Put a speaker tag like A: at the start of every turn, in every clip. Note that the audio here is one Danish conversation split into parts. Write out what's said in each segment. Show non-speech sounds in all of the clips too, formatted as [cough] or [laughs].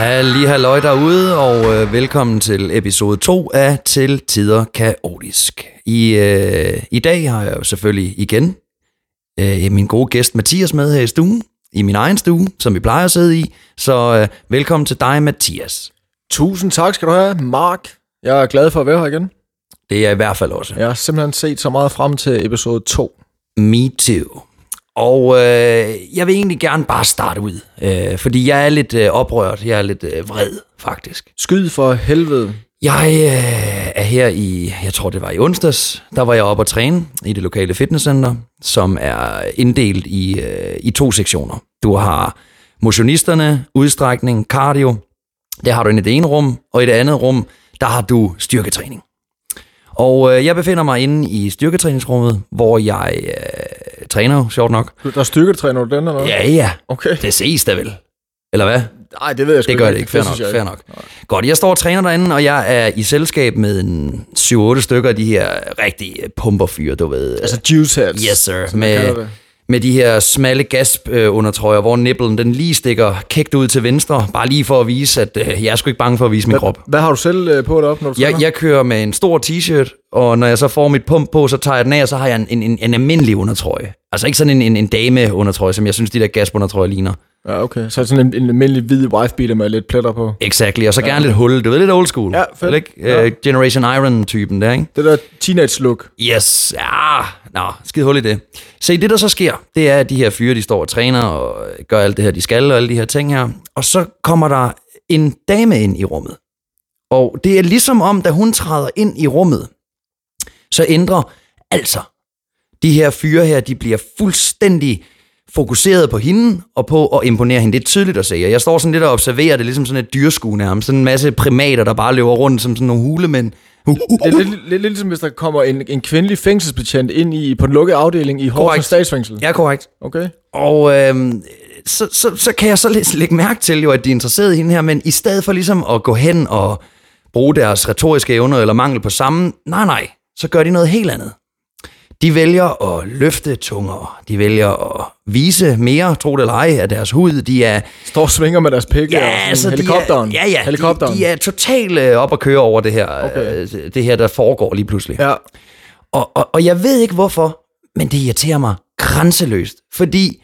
A: halløj derude, og øh, velkommen til episode 2 af Til Tider Kaotisk. I, øh, I dag har jeg jo selvfølgelig igen øh, min gode gæst Mathias med her i stuen, i min egen stue, som vi plejer at sidde i. Så øh, velkommen til dig, Mathias.
B: Tusind tak skal du have, Mark. Jeg er glad for at være her igen.
A: Det er jeg i hvert fald også.
B: Jeg har simpelthen set så meget frem til episode 2.
A: Me too. Og øh, jeg vil egentlig gerne bare starte ud, øh, fordi jeg er lidt øh, oprørt, jeg er lidt øh, vred faktisk.
B: Skyd for helvede.
A: Jeg øh, er her i, jeg tror det var i onsdags, der var jeg oppe og træne i det lokale fitnesscenter, som er inddelt i, øh, i to sektioner. Du har motionisterne, udstrækning, cardio. Der har du inde i det ene rum, og i det andet rum, der har du styrketræning. Og øh, jeg befinder mig inde i styrketræningsrummet, hvor jeg øh, træner, jo, sjovt nok.
B: Du- Der styrketræner du den, eller hvad?
A: Ja, ja,
B: Okay.
A: det ses da vel. Eller hvad?
B: Nej, det ved jeg sgu
A: Det gør det ikke. Fair
B: synes
A: nok,
B: jeg
A: fair
B: ikke.
A: nok. Godt, jeg står og træner derinde, og jeg er i selskab med en 7-8 stykker af de her rigtige pumperfyre, du ved.
B: Altså juice hats.
A: yes, sir.
B: kalder
A: Med,
B: det.
A: med de her smalle gasp øh, undertrøjer, hvor nipplen den lige stikker kægt ud til venstre, bare lige for at vise, at øh, jeg er sgu ikke bange for at vise min krop.
B: Hvad har du selv øh, på deroppe, når du
A: Jeg,
B: træner?
A: jeg kører med en stor t-shirt, og når jeg så får mit pump på, så tager jeg den af, og så har jeg en, en, en, en almindelig undertrøje. Altså ikke sådan en, en, en dame undertrøje, som jeg synes, de der gaspundertrøjer ligner.
B: Ja, okay. Så er det sådan en, en almindelig hvid wife-beater med lidt pletter på.
A: Exactly, og så gerne lidt hul. Du ved, lidt old school.
B: Ja, fedt.
A: Eller Ikke? Ja. Uh, Generation Iron-typen der, ikke?
B: Det der teenage-look.
A: Yes, ja, nå, skide hul i det. Se, det der så sker, det er, at de her fyre, de står og træner og øh, gør alt det her, de skal, og alle de her ting her. Og så kommer der en dame ind i rummet. Og det er ligesom om, da hun træder ind i rummet, så ændrer altså de her fyre her, de bliver fuldstændig fokuseret på hende og på at imponere hende. Det er tydeligt at se. Og Jeg står sådan lidt og observerer det, ligesom sådan et dyrskue nærmest. Sådan en masse primater, der bare løber rundt som sådan nogle hulemænd. Uh, uh,
B: [laughs] Det er lidt, lidt, lidt ligesom, hvis der kommer en, en kvindelig fængselsbetjent ind i, på en lukket afdeling i Horsens statsfængsel.
A: Ja, korrekt.
B: Okay.
A: Og øhm, så, så, så kan jeg så lidt lægge mærke til jo, at de er interesseret i hende her, men i stedet for ligesom at gå hen og bruge deres retoriske evner eller mangel på samme, nej nej, så gør de noget helt andet. De vælger at løfte tungere. De vælger at vise mere, tro det eller ej, af deres hud. De er,
B: Står og svinger med deres pikke og sådan helikopteren.
A: De er, ja, ja,
B: Helikopteren.
A: De, de er totalt øh, op at køre over det her, okay. øh, det her, der foregår lige pludselig.
B: Ja.
A: Og, og, og jeg ved ikke hvorfor, men det irriterer mig grænseløst, fordi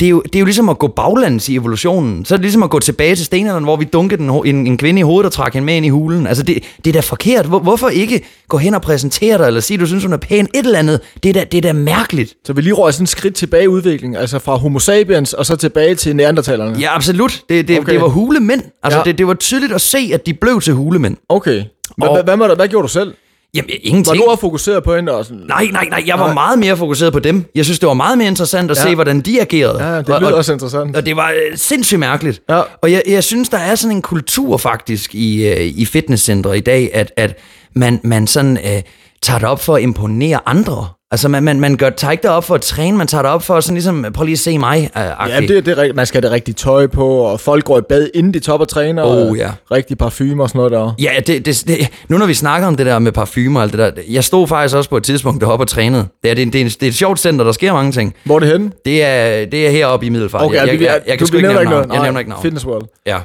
A: det er, jo, det er jo ligesom at gå baglands i evolutionen. Så er det ligesom at gå tilbage til stenalderen, hvor vi dunkede den, ho- en, en kvinde i hovedet og trak hende med ind i hulen. Altså, det, det er da forkert. Hvor, hvorfor ikke gå hen og præsentere dig, eller sige, du synes, hun er pæn, et eller andet. Det er da, det er da mærkeligt.
B: Så vi lige røg sådan et skridt tilbage i udviklingen, altså fra homo sapiens og så tilbage til neandertalerne.
A: Ja, absolut. Det, det,
B: Okay.
A: okay. det var hulemænd. Altså,
B: Ja.
A: ja. det, det var tydeligt at se, at de blev til hulemænd.
B: Okay. Hvad,
A: Og-
B: hvad, hvad, med dig? hvad gjorde du selv?
A: Jamen,
B: Var
A: ingenting.
B: du også fokuseret på hende og sådan?
A: Nej, nej, nej. Jeg var nej. meget mere fokuseret på dem. Jeg synes, det var meget mere interessant at
B: Ja.
A: ja. se, hvordan de agerede.
B: Ja, det
A: Og-
B: lyder
A: og,
B: også interessant.
A: Og det var øh, sindssygt mærkeligt.
B: Ja.
A: Og jeg, jeg synes, der er sådan en kultur faktisk i, øh, i fitnesscentre i dag, at, at man, man sådan øh, tager det op for at imponere andre. Altså man, man, man gør, tager ikke det op for at træne, man tager det op for sådan ligesom, prøv lige at se mig. Øh,
B: Ja, det, det er rigtigt. Man skal have det rigtige tøj på, og folk går i bad, inden de topper træner.
A: Oh,
B: og
A: ja.
B: Rigtig parfume og sådan noget der.
A: Ja, det, det, det, nu når vi snakker om det der med parfumer og alt det der, jeg stod faktisk også på et tidspunkt deroppe og trænede. Det er, det, er, det, er, det er et sjovt center, der sker mange ting.
B: Hvor er det henne?
A: Det er, det er heroppe i Middelfart.
B: Okay,
A: jeg, jeg,
B: vi-
A: jeg, jeg
B: du
A: kan sgu ikke
B: nævner
A: nævne navn.
B: noget.
A: Jeg
B: Nej,
A: nævner ikke navn.
B: Fitness World.
A: Ja,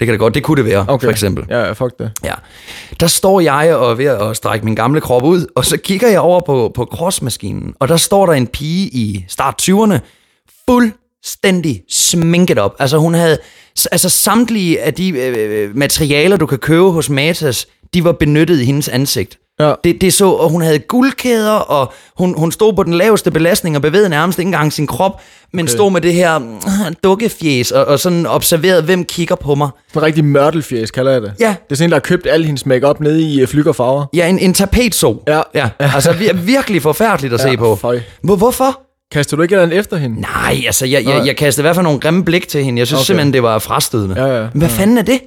A: det kan det godt. Det kunne det være, okay. for eksempel.
B: Ja, ja, fuck det.
A: Ja. Der står jeg og er ved at strække min gamle krop ud, og så kigger jeg over på, på crossmaskinen, og der står der en pige i start 20'erne, fuldstændig sminket op. Altså hun havde, s- altså samtlige af de øh, materialer, du kan købe hos Matas, de var benyttet i hendes ansigt.
B: Ja.
A: Det, det så, og hun havde guldkæder, og hun, hun stod på den laveste belastning og bevægede nærmest ikke engang sin krop, men okay. stod med det her mm, dukkefjes og, og sådan observerede, hvem kigger på mig.
B: Sådan en rigtig mørtelfjæs, kalder jeg det.
A: Ja.
B: Det er sådan en, der har købt al hendes makeup nede i øh, flyg og farver.
A: Ja, en, en tapetso.
B: Ja.
A: ja. Altså vir- virkelig forfærdeligt at ja, se på.
B: føj.
A: Hvor, hvorfor?
B: Kaster du ikke et eller andet efter hende?
A: Nej, altså, jeg,
B: Nej.
A: jeg, jeg kastede i hvert fald nogle grimme blik til hende. Jeg synes
B: Okay.
A: okay. simpelthen, det var frastødende.
B: Ja, ja.
A: Men Hvad fanden er det?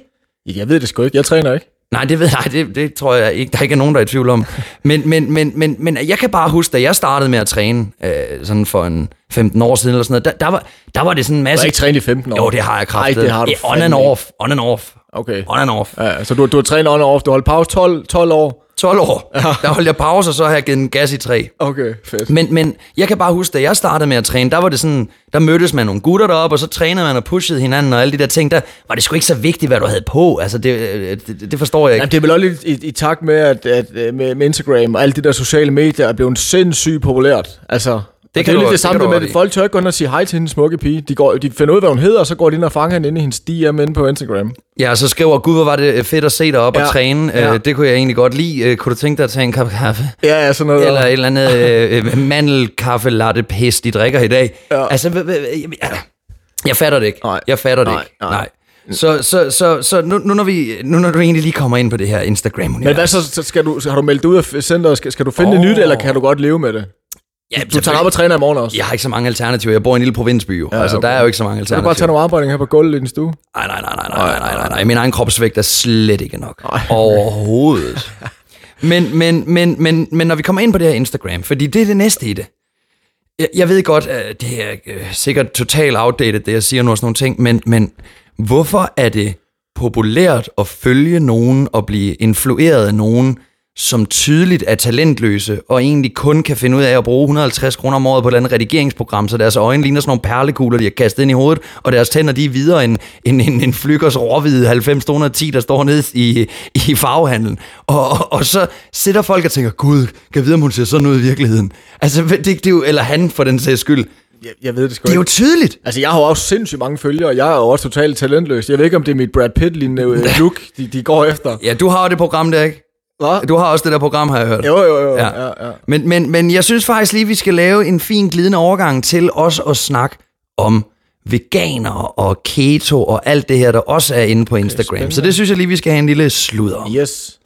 B: Jeg ved det sgu ikke. Jeg træner ikke.
A: Nej, det ved jeg, det, det tror jeg ikke, der ikke er nogen, der er i tvivl [laughs] om. Men, men, men, men, men jeg kan bare huske, da jeg startede med at træne, øh, sådan for en 15 år siden eller sådan noget, der, der, var, der var det sådan en
B: Du
A: masse...
B: har ikke trænet i 15 år.
A: Jo, det har jeg kraftet.
B: Nej, det har du
A: on and
B: fandme
A: off, on and off,
B: Okay.
A: on and off.
B: Ja, så du, du har trænet on og off. Du holdt pause 12, 12 år.
A: 12 år, der holdt jeg pause, og så har jeg givet en gas i tre.
B: Okay, fedt.
A: Men, men jeg kan bare huske, da jeg startede med at træne, der var det sådan, der mødtes man nogle gutter deroppe, og så trænede man og pushede hinanden og alle de der ting, der var det sgu ikke så vigtigt, hvad du havde på. Altså, det, øh, det, det forstår jeg ikke.
B: Jamen, det er vel også lidt i, i takt med, at, at øh, med, med Instagram og alle de der sociale medier er blevet sindssygt populært. Altså, og det,
A: kan
B: det
A: du-
B: er lidt
A: det
B: det samme
A: kan du
B: det med,
A: godt
B: at
A: i.
B: folk tør ikke gå ind og sige hej til hendes smukke pige. De, går, de finder ud af, hvad hun hedder, og så går de ind og fanger hende inde i hendes DM inde på Instagram.
A: Ja, og så skriver, gud, hvor var det øh, fedt at se dig op ja.
B: Ja.
A: og træne.
B: Ja.
A: Ja. Øh, det kunne jeg egentlig godt lide. Øh, kunne du tænke dig at tage en kop kaffe?
B: Ja, ja, sådan noget.
A: Eller et eller andet øh, øh, mandelkaffe latte pis, de drikker i dag. Ja. Altså, hva- hva- jamen, ja. jeg fatter det ikke.
B: Nej.
A: Jeg fatter det
B: Nej,
A: ikke.
B: nej.
A: Nej. Så, så, så, så nu, nu, når vi, nu når du egentlig lige kommer ind på det her instagram
B: Men hvad så, så skal du, så har du meldt dig ud af f- centret, skal, skal du finde oh.
A: Åh.
B: det nyt, eller kan du godt leve med det?
A: ja,
B: Du tager op og træner i morgen også.
A: Jeg har ikke så mange alternativer. Jeg bor i en lille provinsby jo. Ja, altså, der er jo ikke så mange
B: Du kan bare tage
A: alternativer.
B: nogle armbøjninger her på gulvet i din stue.
A: Nej, nej, nej, nej, nej, nej, nej, nej. Min egen kropsvægt er slet ikke nok.
B: Ej.
A: Overhovedet. Men, men, men, men, men når vi kommer ind på det her Instagram, fordi det er det næste i det. Jeg, jeg ved godt, at det er øh, sikkert totalt outdated, det jeg siger nu og sådan nogle ting, men, men hvorfor er det populært at følge nogen og blive influeret af nogen, som tydeligt er talentløse og egentlig kun kan finde ud af at bruge 150 kroner om året på et eller andet redigeringsprogram, så deres øjne ligner sådan nogle perlekugler, de har kastet ind i hovedet, og deres tænder de er videre end, end, end en flykers råhvide 90-210, der står nede i, i farvehandlen. Og, og, og, så sidder folk og tænker, gud, kan jeg vide, om hun ser sådan ud i virkeligheden? Altså, det, det er jo, eller han for den sags skyld. Det
B: Jeg, jeg ved det sgu
A: er jo
B: ikke.
A: tydeligt.
B: Altså, jeg har jo også sindssygt mange følgere, og jeg er jo også totalt talentløs. Jeg ved ikke, om det er mit Brad Pitt-lignende øh, look, de, de går efter.
A: Ja, du har jo det program der, ikke?
B: Hva?
A: Du har også det der program, har jeg hørt.
B: Jo, jo, jo.
A: Ja.
B: Ja. Ja, ja.
A: Men, men, men jeg synes faktisk lige, vi skal lave en fin glidende overgang til også at snakke om veganer og keto og alt det her, der også er inde på Instagram. så det synes jeg lige, vi skal have en lille sludder om.
B: Yes.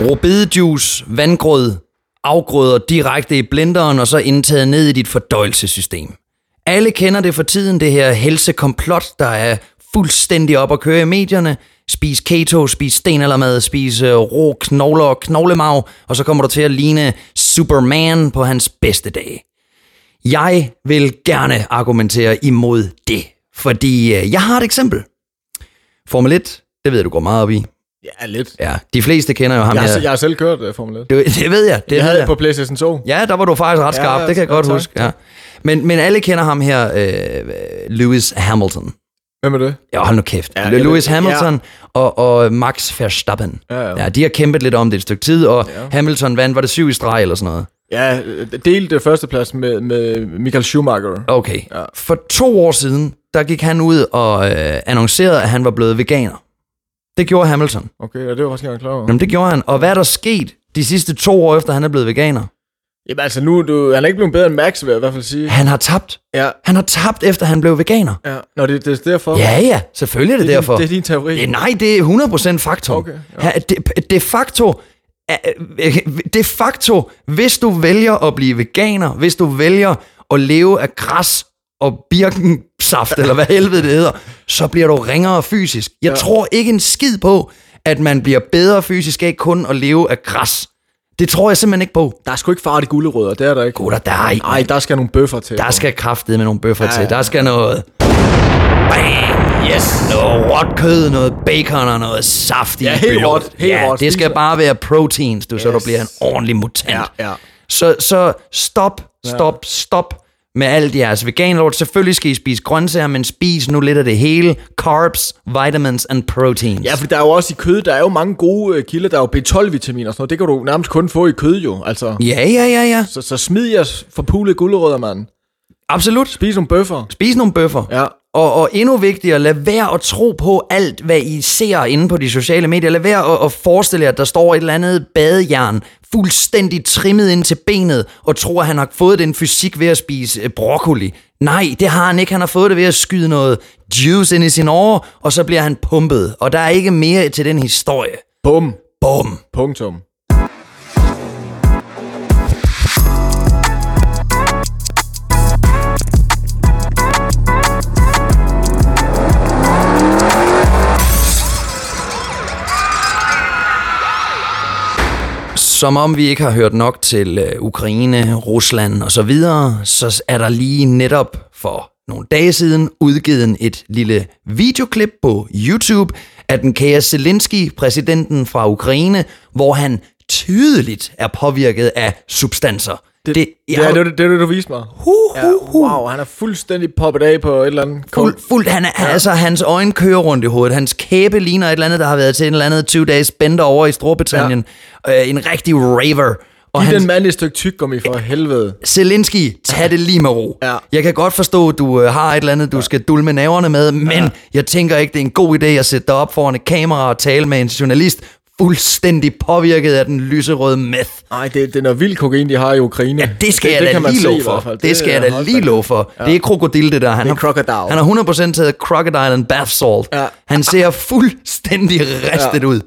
A: Robedejuice, vandgrød, afgrøder direkte i blenderen og så indtaget ned i dit fordøjelsessystem. Alle kender det for tiden, det her helsekomplot, der er fuldstændig op at køre i medierne. Spis keto, spis stenaldermad, spis øh, rå knogler og knoglemarv, og så kommer du til at ligne Superman på hans bedste dage. Jeg vil gerne argumentere imod det, fordi øh, jeg har et eksempel. Formel 1, det ved jeg, du går meget op i.
B: Ja, lidt.
A: Ja, de fleste kender jo ham
B: Jeg
A: her.
B: har, jeg har selv kørt uh, Formel 1.
A: Det, det ved jeg. Det
B: Jeg
A: ved
B: havde
A: jeg.
B: på PlayStation 2.
A: Ja, der var du faktisk ret
B: Ja,
A: skarp. det kan jeg
B: ja,
A: godt
B: tak,
A: huske. Ja. Men, men alle kender ham her, øh, øh, Lewis Hamilton.
B: Hvem er det?
A: Ja, hold nu kæft. Ja,
B: jeg ved
A: Lewis
B: det.
A: Hamilton og, og Max Verstappen.
B: Ja, ja.
A: ja, de har kæmpet lidt om det et stykke tid, og ja. Hamilton vandt, var det syv i streg eller sådan noget?
B: Ja, øh, delte førsteplads med, med Michael Schumacher.
A: Okay. Ja. For to år siden, der gik han ud og øh, annoncerede, at han var blevet veganer. Det gjorde Hamilton.
B: Okay, og det var faktisk ikke engang klar over.
A: Jamen, det gjorde han. Og hvad er der sket de sidste to år, efter han er blevet veganer?
B: Jamen altså, nu er du, han er ikke blevet bedre end Max, vil jeg i hvert fald sige.
A: Han har tabt.
B: Ja.
A: Han har tabt, efter han blev veganer.
B: ja. Nå, det, det er derfor.
A: Ja, ja, selvfølgelig er det,
B: det er
A: derfor.
B: Din, det er din teori.
A: det, nej, det er 100% faktum.
B: Okay,
A: ja. ha, de, de facto, er- øh, de facto, hvis du vælger at blive veganer, hvis du vælger at leve af græs og birkensaft, eller hvad helvede det hedder, så bliver du ringere fysisk. Jeg ja. tror ikke en skid på, at man bliver bedre fysisk af kun at leve af græs. Det tror jeg simpelthen ikke på.
B: Der er sgu ikke fart i gulerødder, det er der ikke.
A: Gud, der er ikke.
B: Nej, der skal nogle bøffer til.
A: Der skal kraftet med nogle bøffer ja, til.
B: ja.
A: Der skal noget... Bang! Yes! Noget råt kød, noget bacon og noget saft i
B: Ja,
A: en
B: helt
A: bølge.
B: råt, helt
A: ja,
B: råt.
A: det skal
B: Spiser.
A: bare være proteins, du, yes. så du
B: Yes.
A: bliver en ordentlig mutant.
B: Ja, ja.
A: Så, så stop, stop, stop med alt jeres veganlort. Selvfølgelig skal I spise grøntsager, men spis nu lidt af det hele. Carbs, vitamins and proteins.
B: Ja, for der er jo også i kød, der er jo mange gode øh, kilder. Der er jo B12-vitamin og sådan noget. Det kan du nærmest kun få i kød jo. Altså,
A: ja, ja, ja, ja.
B: så, så smid jeres forpulede gulerødder, mand.
A: Absolut.
B: Spis nogle bøffer.
A: Spis nogle bøffer.
B: Ja.
A: Og, og endnu vigtigere, lad være at tro på alt, hvad I ser inde på de sociale medier. Lad være at, at forestille jer, at der står et eller andet badejern, fuldstændig trimmet ind til benet, og tror, at han har fået den fysik ved at spise øh, broccoli. Nej, det har han ikke. Han har fået det ved at skyde noget juice ind i sin åre, og så bliver han pumpet. Og der er ikke mere til den historie.
B: Bum.
A: Bum.
B: Punktum.
A: Som om vi ikke har hørt nok til øh, Ukraine, Rusland og så videre, så er der lige netop for nogle dage siden udgivet et lille videoklip på YouTube af den kære Zelensky, præsidenten fra Ukraine, hvor han tydeligt er påvirket af substanser. Det, det,
B: Ja, det var det, det, var det, du viste mig.
A: hu,
B: Ja,
A: hu, hu.
B: wow, han er fuldstændig poppet af på et eller andet kort.
A: Fuld, fuldt, han er, ja. altså hans øjne kører rundt i hovedet, hans kæbe ligner et eller andet, der har været til en eller anden 20 dages bender over i Storbritannien. Ja. Øh, en rigtig raver. Og
B: Giv
A: han,
B: den mand et stykke tyggegummi for helvede.
A: Zelensky, tag det lige med ro.
B: Ja.
A: Jeg kan godt forstå, at du øh, har et eller andet, du skal dulme naverne med, men jeg tænker ikke, det er en god idé at sætte dig op foran et kamera og tale med en journalist, fuldstændig påvirket af den lyserøde meth.
B: Nej, det, det er noget vild kokain, de har i Ukraine.
A: Ja, det skal det, jeg da
B: kan man
A: lige
B: se i
A: love
B: hvert
A: for.
B: fald.
A: Det, det skal jeg
B: er
A: da
B: hold
A: lige
B: da-
A: love for. Ja. Det er krokodil, det der. Han
B: Det er
A: har-
B: crocodile.
A: Han har 100% taget Crocodile and Bath Salt.
B: Ja.
A: Han ser fuldstændig ristet ud.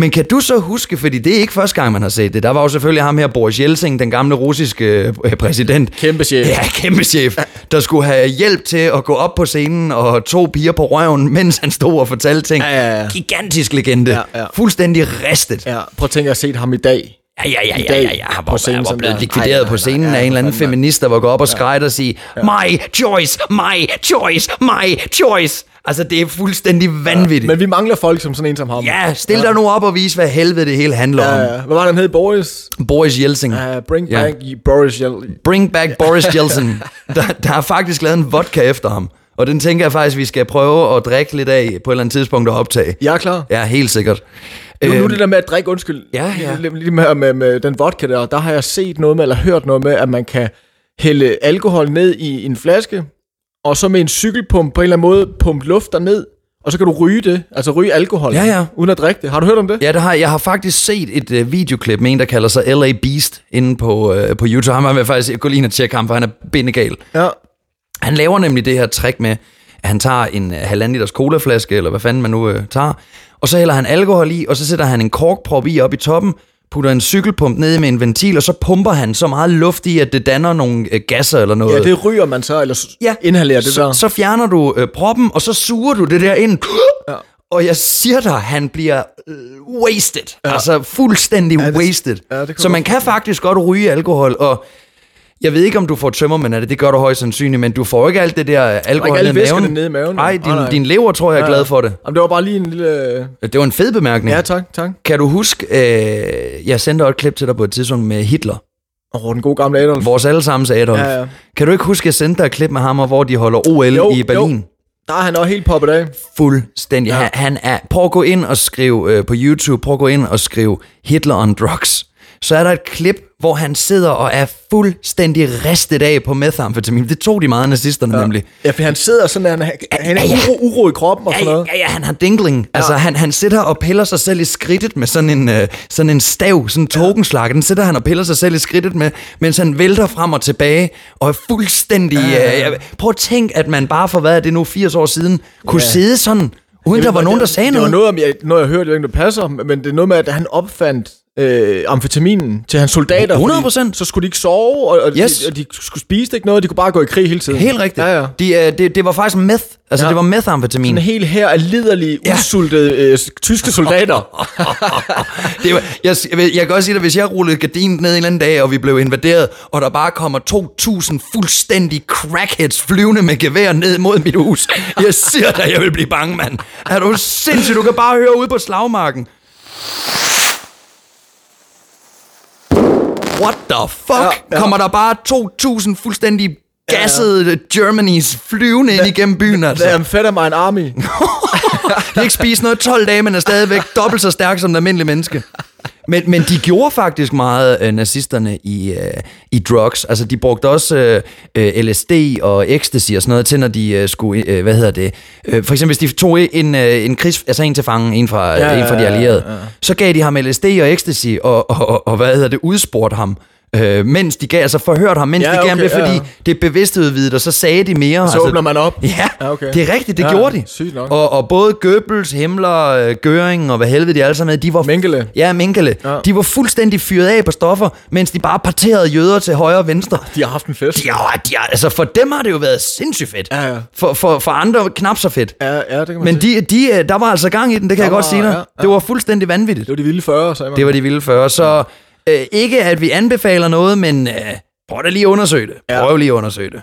A: Men kan du så huske, fordi det er ikke første gang, man har set det. Der var jo selvfølgelig ham her, Boris Yeltsin, den gamle russiske øh, præsident.
B: Kæmpe chef.
A: Ja, kæmpe chef. Der skulle have hjælp til at gå op på scenen og to piger på røven, [laughs] mens han stod og fortalte ting.
B: Ja, ja, ja.
A: Gigantisk legende.
B: Ja, ja.
A: Fuldstændig ristet.
B: Ja, prøv at tænke, at jeg har set ham i dag.
A: Ja, ja, ja,
B: i
A: ja,
B: dag
A: ja, ja. Han var,
B: på
A: på
B: scenen,
A: han var
B: som
A: blevet
B: der-
A: likvideret
B: Nej, nej,
A: på
B: nej,
A: scenen
B: nej,
A: af en eller anden
B: for fanden,
A: feminist, der var gået op og skreg og sige, my choice, my choice, my choice. Altså, det er fuldstændig vanvittigt.
B: Men vi mangler folk som sådan en som ham.
A: Ja, stil dig nu op og vis, hvad helvede det hele handler
B: Ja,
A: om.
B: ja. Hvad var det, han hed? Boris?
A: Boris Yeltsin.
B: Uh, bring
A: Ja.
B: back i Boris Yel-
A: Bring back
B: [laughs]
A: Boris Yeltsin. Der, der har faktisk lavet en vodka efter ham. Og den tænker jeg faktisk, vi skal prøve at drikke lidt af på et eller andet tidspunkt og optage.
B: Jeg er klar.
A: Ja, helt sikkert.
B: Nu, nu
A: Øhm,
B: det der med at drikke, undskyld.
A: Ja, ja.
B: Lige, lige med, med, med den vodka der, der har jeg set noget med, eller hørt noget med, at man kan hælde alkohol ned i en flaske, og så med en cykelpump på en eller anden måde pumpe luft derned, og så kan du ryge det, altså ryge alkohol,
A: Ja, ja.
B: uden at drikke det. Har du hørt om det?
A: Ja, det har, jeg. jeg har faktisk set et øh, videoklip med en, der kalder sig LA Beast inde på, øh, på YouTube. Ham har jeg faktisk gå lige ind og tjekke ham, for han er bindegal.
B: Ja.
A: Han laver nemlig det her trick med, at han tager en øh, halvanden liters colaflaske, eller hvad fanden man nu øh, tager, og så hælder han alkohol i, og så sætter han en korkprop i op i toppen, putter en cykelpump ned med en ventil, og så pumper han så meget luft i, at det danner nogle øh, gasser eller noget.
B: ja, det ryger man så, eller s-
A: Ja.
B: inhalerer det
A: så,
B: der.
A: så fjerner du øh, proppen, og så suger du det der ind. Ja. Og jeg siger dig, han bliver øh, wasted. Ja. Altså fuldstændig ja, det, wasted.
B: ja,
A: Ja,
B: det kunne
A: så
B: jeg
A: man kan faktisk godt ryge alkohol, og jeg ved ikke, om du får tømmermænd af det. Det gør du højst sandsynligt, men du får ikke alt det der alkohol
B: ikke alle
A: ned i
B: væskerne
A: maven.
B: ned i maven, jo.
A: Nej, din,
B: Nej, nej.
A: din lever tror jeg er glad for det.
B: Jamen, det var bare lige en lille...
A: Det var en fed bemærkning.
B: Ja,
A: Ja.
B: tak, tak.
A: Kan du huske, øh, jeg sendte også et klip til dig på et tidspunkt med Hitler.
B: Åh, oh, den gode gamle Adolf.
A: Vores allesammens Adolf.
B: Ja, ja.
A: Kan du ikke huske, jeg sendte dig et klip med ham, og hvor de holder OL
B: Jo,
A: i
B: jo.
A: Berlin? Jo.
B: Der er han også helt poppet af.
A: Fuldstændig. Ja. Han, han er, prøv at gå ind og skrive øh, på YouTube, prøv at gå ind og skrive Hitler on drugs. Så er der et klip, hvor han sidder og er fuldstændig ristet af på methamfetamin. Det tog de meget af nazisterne ja. nemlig.
B: Ja, for han sidder sådan, han, han er
A: Ja, ja.
B: uro, uro i kroppen og sådan
A: Ja,
B: noget.
A: ja, ja, han har dingling. Ja. Altså, han, han sidder og piller sig selv i skridtet med sådan en, øh, sådan en stav, sådan en tokenslag. Den sidder han og piller sig selv i skridtet med, mens han vælter frem og tilbage, og er fuldstændig... Øh, ja. Prøv at tænk, at man bare for, hvad er det nu, 80 år siden, kunne ja. sidde sådan, uden der var nogen, der sagde
B: det,
A: noget.
B: Det var noget, om jeg, noget, jeg hørte, jeg ved ikke, om det passer, men det er noget med, at han opfandt øh, amfetaminen til hans soldater.
A: 100%.
B: fordi Så skulle de ikke sove, og, og,
A: Yes.
B: de, og de skulle spise ikke noget, de kunne bare gå i krig hele tiden.
A: Helt rigtigt.
B: Ja, ja.
A: De, øh, det, det var faktisk meth. Altså, ja. det var methamfetamin.
B: En hel her af liderlige,
A: Ja.
B: ja. udsultede øh, tyske soldater.
A: Det var, jeg, jeg, jeg kan også sige dig, hvis jeg rullede gardinet ned en eller anden dag, og vi blev invaderet, og der bare kommer 2.000 fuldstændig crackheads flyvende med gevær ned mod mit hus. Jeg siger dig, jeg vil blive bange, mand. Er du sindssyg? Du kan bare høre ude på slagmarken. What the fuck?
B: Ja, ja.
A: Kommer der bare 2.000 fuldstændig gassede Germanys flyvende ind igennem byen, [laughs] altså?
B: Det er Amphetamine Army.
A: [laughs] De har ikke spist noget i 12 dage, men er stadigvæk dobbelt så stærk som et almindeligt menneske. Men, men de gjorde faktisk meget, øh, nazisterne, i, øh, i drugs. Altså, de brugte også øh, øh, LSD og ecstasy og sådan noget til, når de øh, skulle, øh, hvad hedder det, øh, for eksempel hvis de tog en, øh, en krigs, altså en til fange, en fra, ja, en fra de
B: ja, ja,
A: allierede, ja, ja. så gav de ham LSD og ecstasy, og, og, og, og hvad hedder det, udspurgte ham, øh, mens de gav, altså forhørte ham, mens ja,
B: Ja,
A: de gav okay, ham det,
B: okay, ja,
A: fordi
B: ja.
A: det er bevidstudvidet, og så sagde de mere. Altså,
B: Så åbner man op.
A: Ja,
B: Ja, okay.
A: det er rigtigt, det
B: Ja,
A: gjorde de.
B: sygt nok.
A: Og, og både Goebbels, Himmler, øh, Göring og hvad helvede de alle sammen havde, de var...
B: Mengele.
A: Ja, Mengele. Ja.
B: Ja.
A: De var fuldstændig fyret af på stoffer, mens de bare parterede jøder til højre og venstre.
B: De har haft en fest.
A: Ja, de har, altså for dem har det jo været sindssygt fedt.
B: Ja, ja.
A: For, for, for andre knap så fedt.
B: Ja, ja, det kan man
A: Men
B: sige.
A: de, de, øh, der var altså gang i den, det kan jeg
B: Der
A: godt
B: var-
A: sige dig.
B: ja, ja.
A: Det var fuldstændig vanvittigt.
B: Det var de vilde 40'er, sagde man.
A: Det var de vilde 40. Så Øh, ikke at vi anbefaler noget, men øh, prøv da lige at undersøge det.
B: Ja.
A: Prøv lige at undersøge det.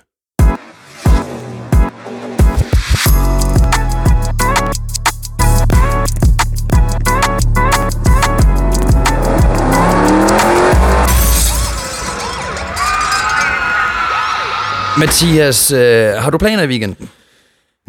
A: Mathias, øh, har du planer i weekenden?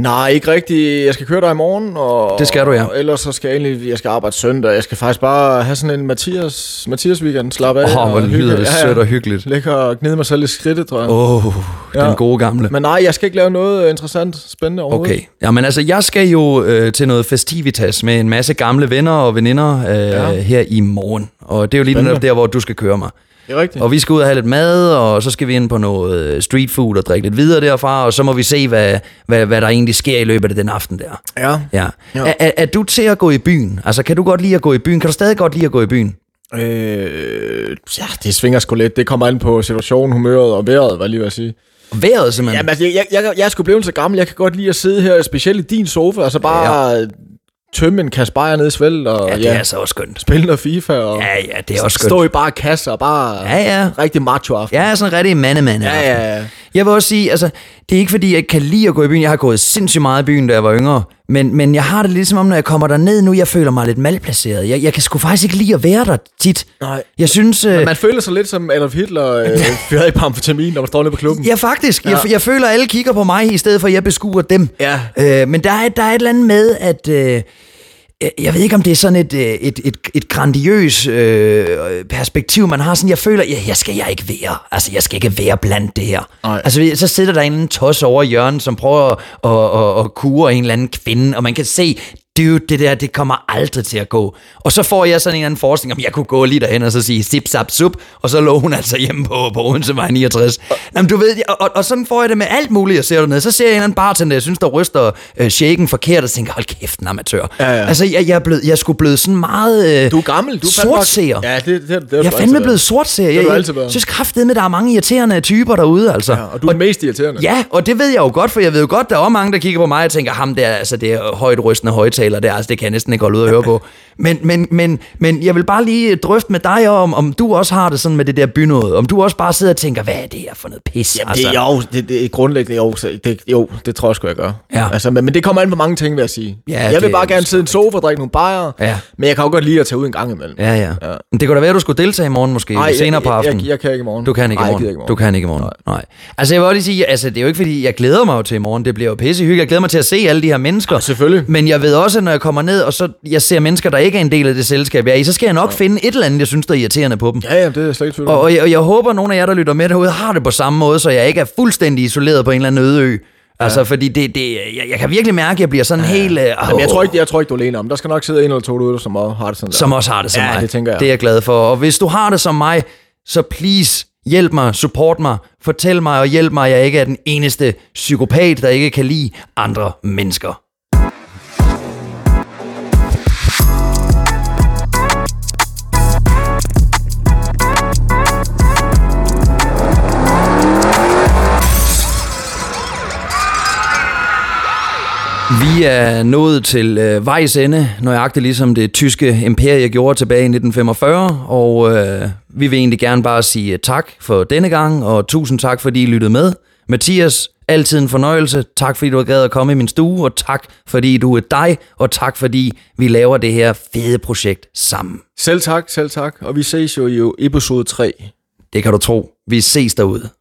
B: Nej, ikke rigtigt. Jeg skal køre dig i morgen. Og,
A: Det skal du, ja.
B: Og ellers så skal jeg egentlig, jeg skal arbejde søndag. Jeg skal faktisk bare have sådan en Mathias, Mathias weekend. Slappe af.
A: Åh, oh, hvor
B: og hygge.
A: lyder det sødt og hyggeligt.
B: Ligge og gnide mig selv lidt skridtet, tror jeg.
A: Åh, oh,
B: Ja.
A: den gode gamle.
B: Men nej, jeg skal ikke lave noget øh, interessant, spændende overhovedet.
A: Okay. Jamen altså, jeg skal jo øh, til noget festivitas med en masse gamle venner og veninder øh, ja.
B: Ja.
A: her i morgen. Og det er jo lige netop
B: Spændende.
A: der, hvor du skal køre mig.
B: Det er rigtigt.
A: Og vi skal ud og have lidt mad, og så skal vi ind på noget øh, street food og drikke lidt videre derfra, og så må vi se, hvad, hvad, hvad der egentlig sker i løbet af den aften der.
B: Ja.
A: Ja.
B: Ja.
A: Er, er, er du til at gå i byen? Altså, kan du godt lide at gå i byen? Kan du stadig godt lide at gå i byen?
B: Øh, ja, det svinger sgu lidt. Det kommer an på situationen, humøret og vejret, hvad jeg lige vil sige.
A: Vejret simpelthen.
B: Jamen, altså, jeg, jeg, jeg, jeg er sgu blevet så gammel. Jeg kan godt lide at sidde her, specielt i din sofa, og så bare ja. tømme en kasse bajer ned i svæl, og
A: ja,
B: ja,
A: det er altså også skønt.
B: spille noget FIFA, og
A: Ja, ja, det er også
B: stå
A: skønt.
B: i bare kasser og bare
A: Ja, ja.
B: rigtig macho aften.
A: Jeg er sådan en rigtig mandemand.
B: Ja, ja, ja.
A: Jeg vil også sige, altså, det er ikke fordi, jeg ikke kan lide at gå i byen. Jeg har gået sindssygt meget i byen, da jeg var yngre. Men, men jeg har det ligesom om, når jeg kommer derned nu, jeg føler mig lidt malplaceret. Jeg, jeg kan sgu faktisk ikke lide at være der tit.
B: Nej.
A: Jeg synes... Øh,
B: Man føler sig lidt som Adolf Hitler
A: [laughs]
B: øh, fyret i pamfetamin, når man står nede på klubben.
A: ja, faktisk. Ja. Jeg, jeg føler, at alle kigger på mig, i stedet for, at jeg beskuer dem.
B: Ja.
A: Øh, men der er, der er et eller andet med, at... Øh, øh, jeg ved ikke, om det er sådan et, øh, et, et, et grandiøs øh, perspektiv, man har. Sådan, jeg føler, ja, jeg skal jeg ikke være. Altså, jeg skal ikke være blandt det her.
B: Nej.
A: Altså, så sidder der en eller anden tos over i hjørnet, som prøver at, at, at, at kure en eller anden kvinde, og man kan se, dude, det der, det kommer aldrig til at gå. Og så får jeg sådan en eller anden forskning, om jeg kunne gå lige derhen og så sige zip, zap, sup, og så lå hun altså hjemme på, på Odensevej 69. Jamen, du ved, og, og, og, sådan får jeg det med alt muligt, jeg ser dernede. Så ser jeg en eller anden bartender, jeg synes, der ryster øh, shaken forkert, og tænker, hold kæft, en amatør.
B: Ja, ja.
A: Altså, jeg, jeg, er blevet, jeg er sgu blevet sådan meget... Øh,
B: Du er gammel. Du er fandme-
A: Sortseer.
B: Ja, det, det, det, det er
A: jeg
B: du
A: er
B: altid
A: fandme
B: været.
A: blevet sortseer.
B: har
A: Jeg,
B: du
A: jeg,
B: altid været.
A: synes kraftedeme, der er mange irriterende typer derude, altså.
B: Ja, og du er og, mest irriterende.
A: Ja, og det ved jeg jo godt, for jeg ved jo godt, der er også mange, der kigger på mig og tænker, ham der, altså det er højt rystende højtaler der, altså det kan jeg næsten ikke holde ud at høre på. Men, men, men, men jeg vil bare lige drøfte med dig om, om du også har det sådan med det der bynåde, om du også bare sidder og tænker, hvad er det her for noget pis?
B: Jamen, altså, det, er jo, det, det er grundlæggende jo, så det, jo, det tror jeg sgu, jeg gør.
A: Ja.
B: Altså, men, men det kommer an på mange ting, vil jeg sige.
A: Ja,
B: jeg
A: det
B: vil
A: er
B: bare
A: jo
B: gerne sidde i en sofa og drikke nogle bajere,
A: Ja.
B: men jeg kan jo godt lide at tage ud en gang imellem.
A: Ja, ja. ja. Men det kunne da være, at du skulle deltage i morgen måske,
B: Ej,
A: Ej, senere på
B: jeg,
A: aftenen.
B: jeg, jeg, jeg kan ikke i morgen.
A: Du kan ikke
B: Ej,
A: i
B: jeg
A: morgen.
B: gider ikke i
A: Du
B: morgen.
A: kan ikke i morgen. Nej. Nej. Altså, jeg vil også lige sige, altså, det er jo ikke fordi, jeg glæder mig jo til i morgen. Det bliver jo pisse hyggeligt. Jeg glæder mig til at se alle de her mennesker.
B: selvfølgelig.
A: Men jeg ved også, at når jeg kommer ned, og så jeg ser mennesker, der ikke er en del af det selskab, jeg er i, så skal jeg nok finde et eller andet, jeg synes, der er irriterende på dem.
B: Ja, ja, det er jeg slet ikke i tvivl om.
A: Og, og, jeg, og jeg håber, at nogle af jer, der lytter med derude, har det på samme måde, så jeg ikke er fuldstændig isoleret på en eller anden øde ø. Altså, fordi det, det, jeg, jeg kan virkelig mærke, at jeg bliver sådan ja. helt... Øh,
B: Jamen, jeg, tror ikke, jeg tror ikke, du er alene om. Der skal nok sidde en eller to derude, som også har det sådan der.
A: som også har det som
B: Ja,
A: mig.
B: det tænker jeg.
A: Det er jeg glad for. Og hvis du har det som mig, så please hjælp mig, support mig, fortæl mig og hjælp mig, at jeg ikke er den eneste psykopat, der ikke kan lide andre mennesker. Vi er nået til øh, vejs ende, nøjagtigt ligesom det tyske imperie gjorde tilbage i 1945, og øh, vi vil egentlig gerne bare sige øh, tak for denne gang, og tusind tak, fordi I lyttede med. Mathias, altid en fornøjelse. Tak, fordi du har gad at komme i min stue, og tak, fordi du er dig, og tak, fordi vi laver det her fede projekt sammen.
B: Selv tak, selv tak. Og vi ses jo i episode 3.
A: Det kan du tro. Vi ses derude.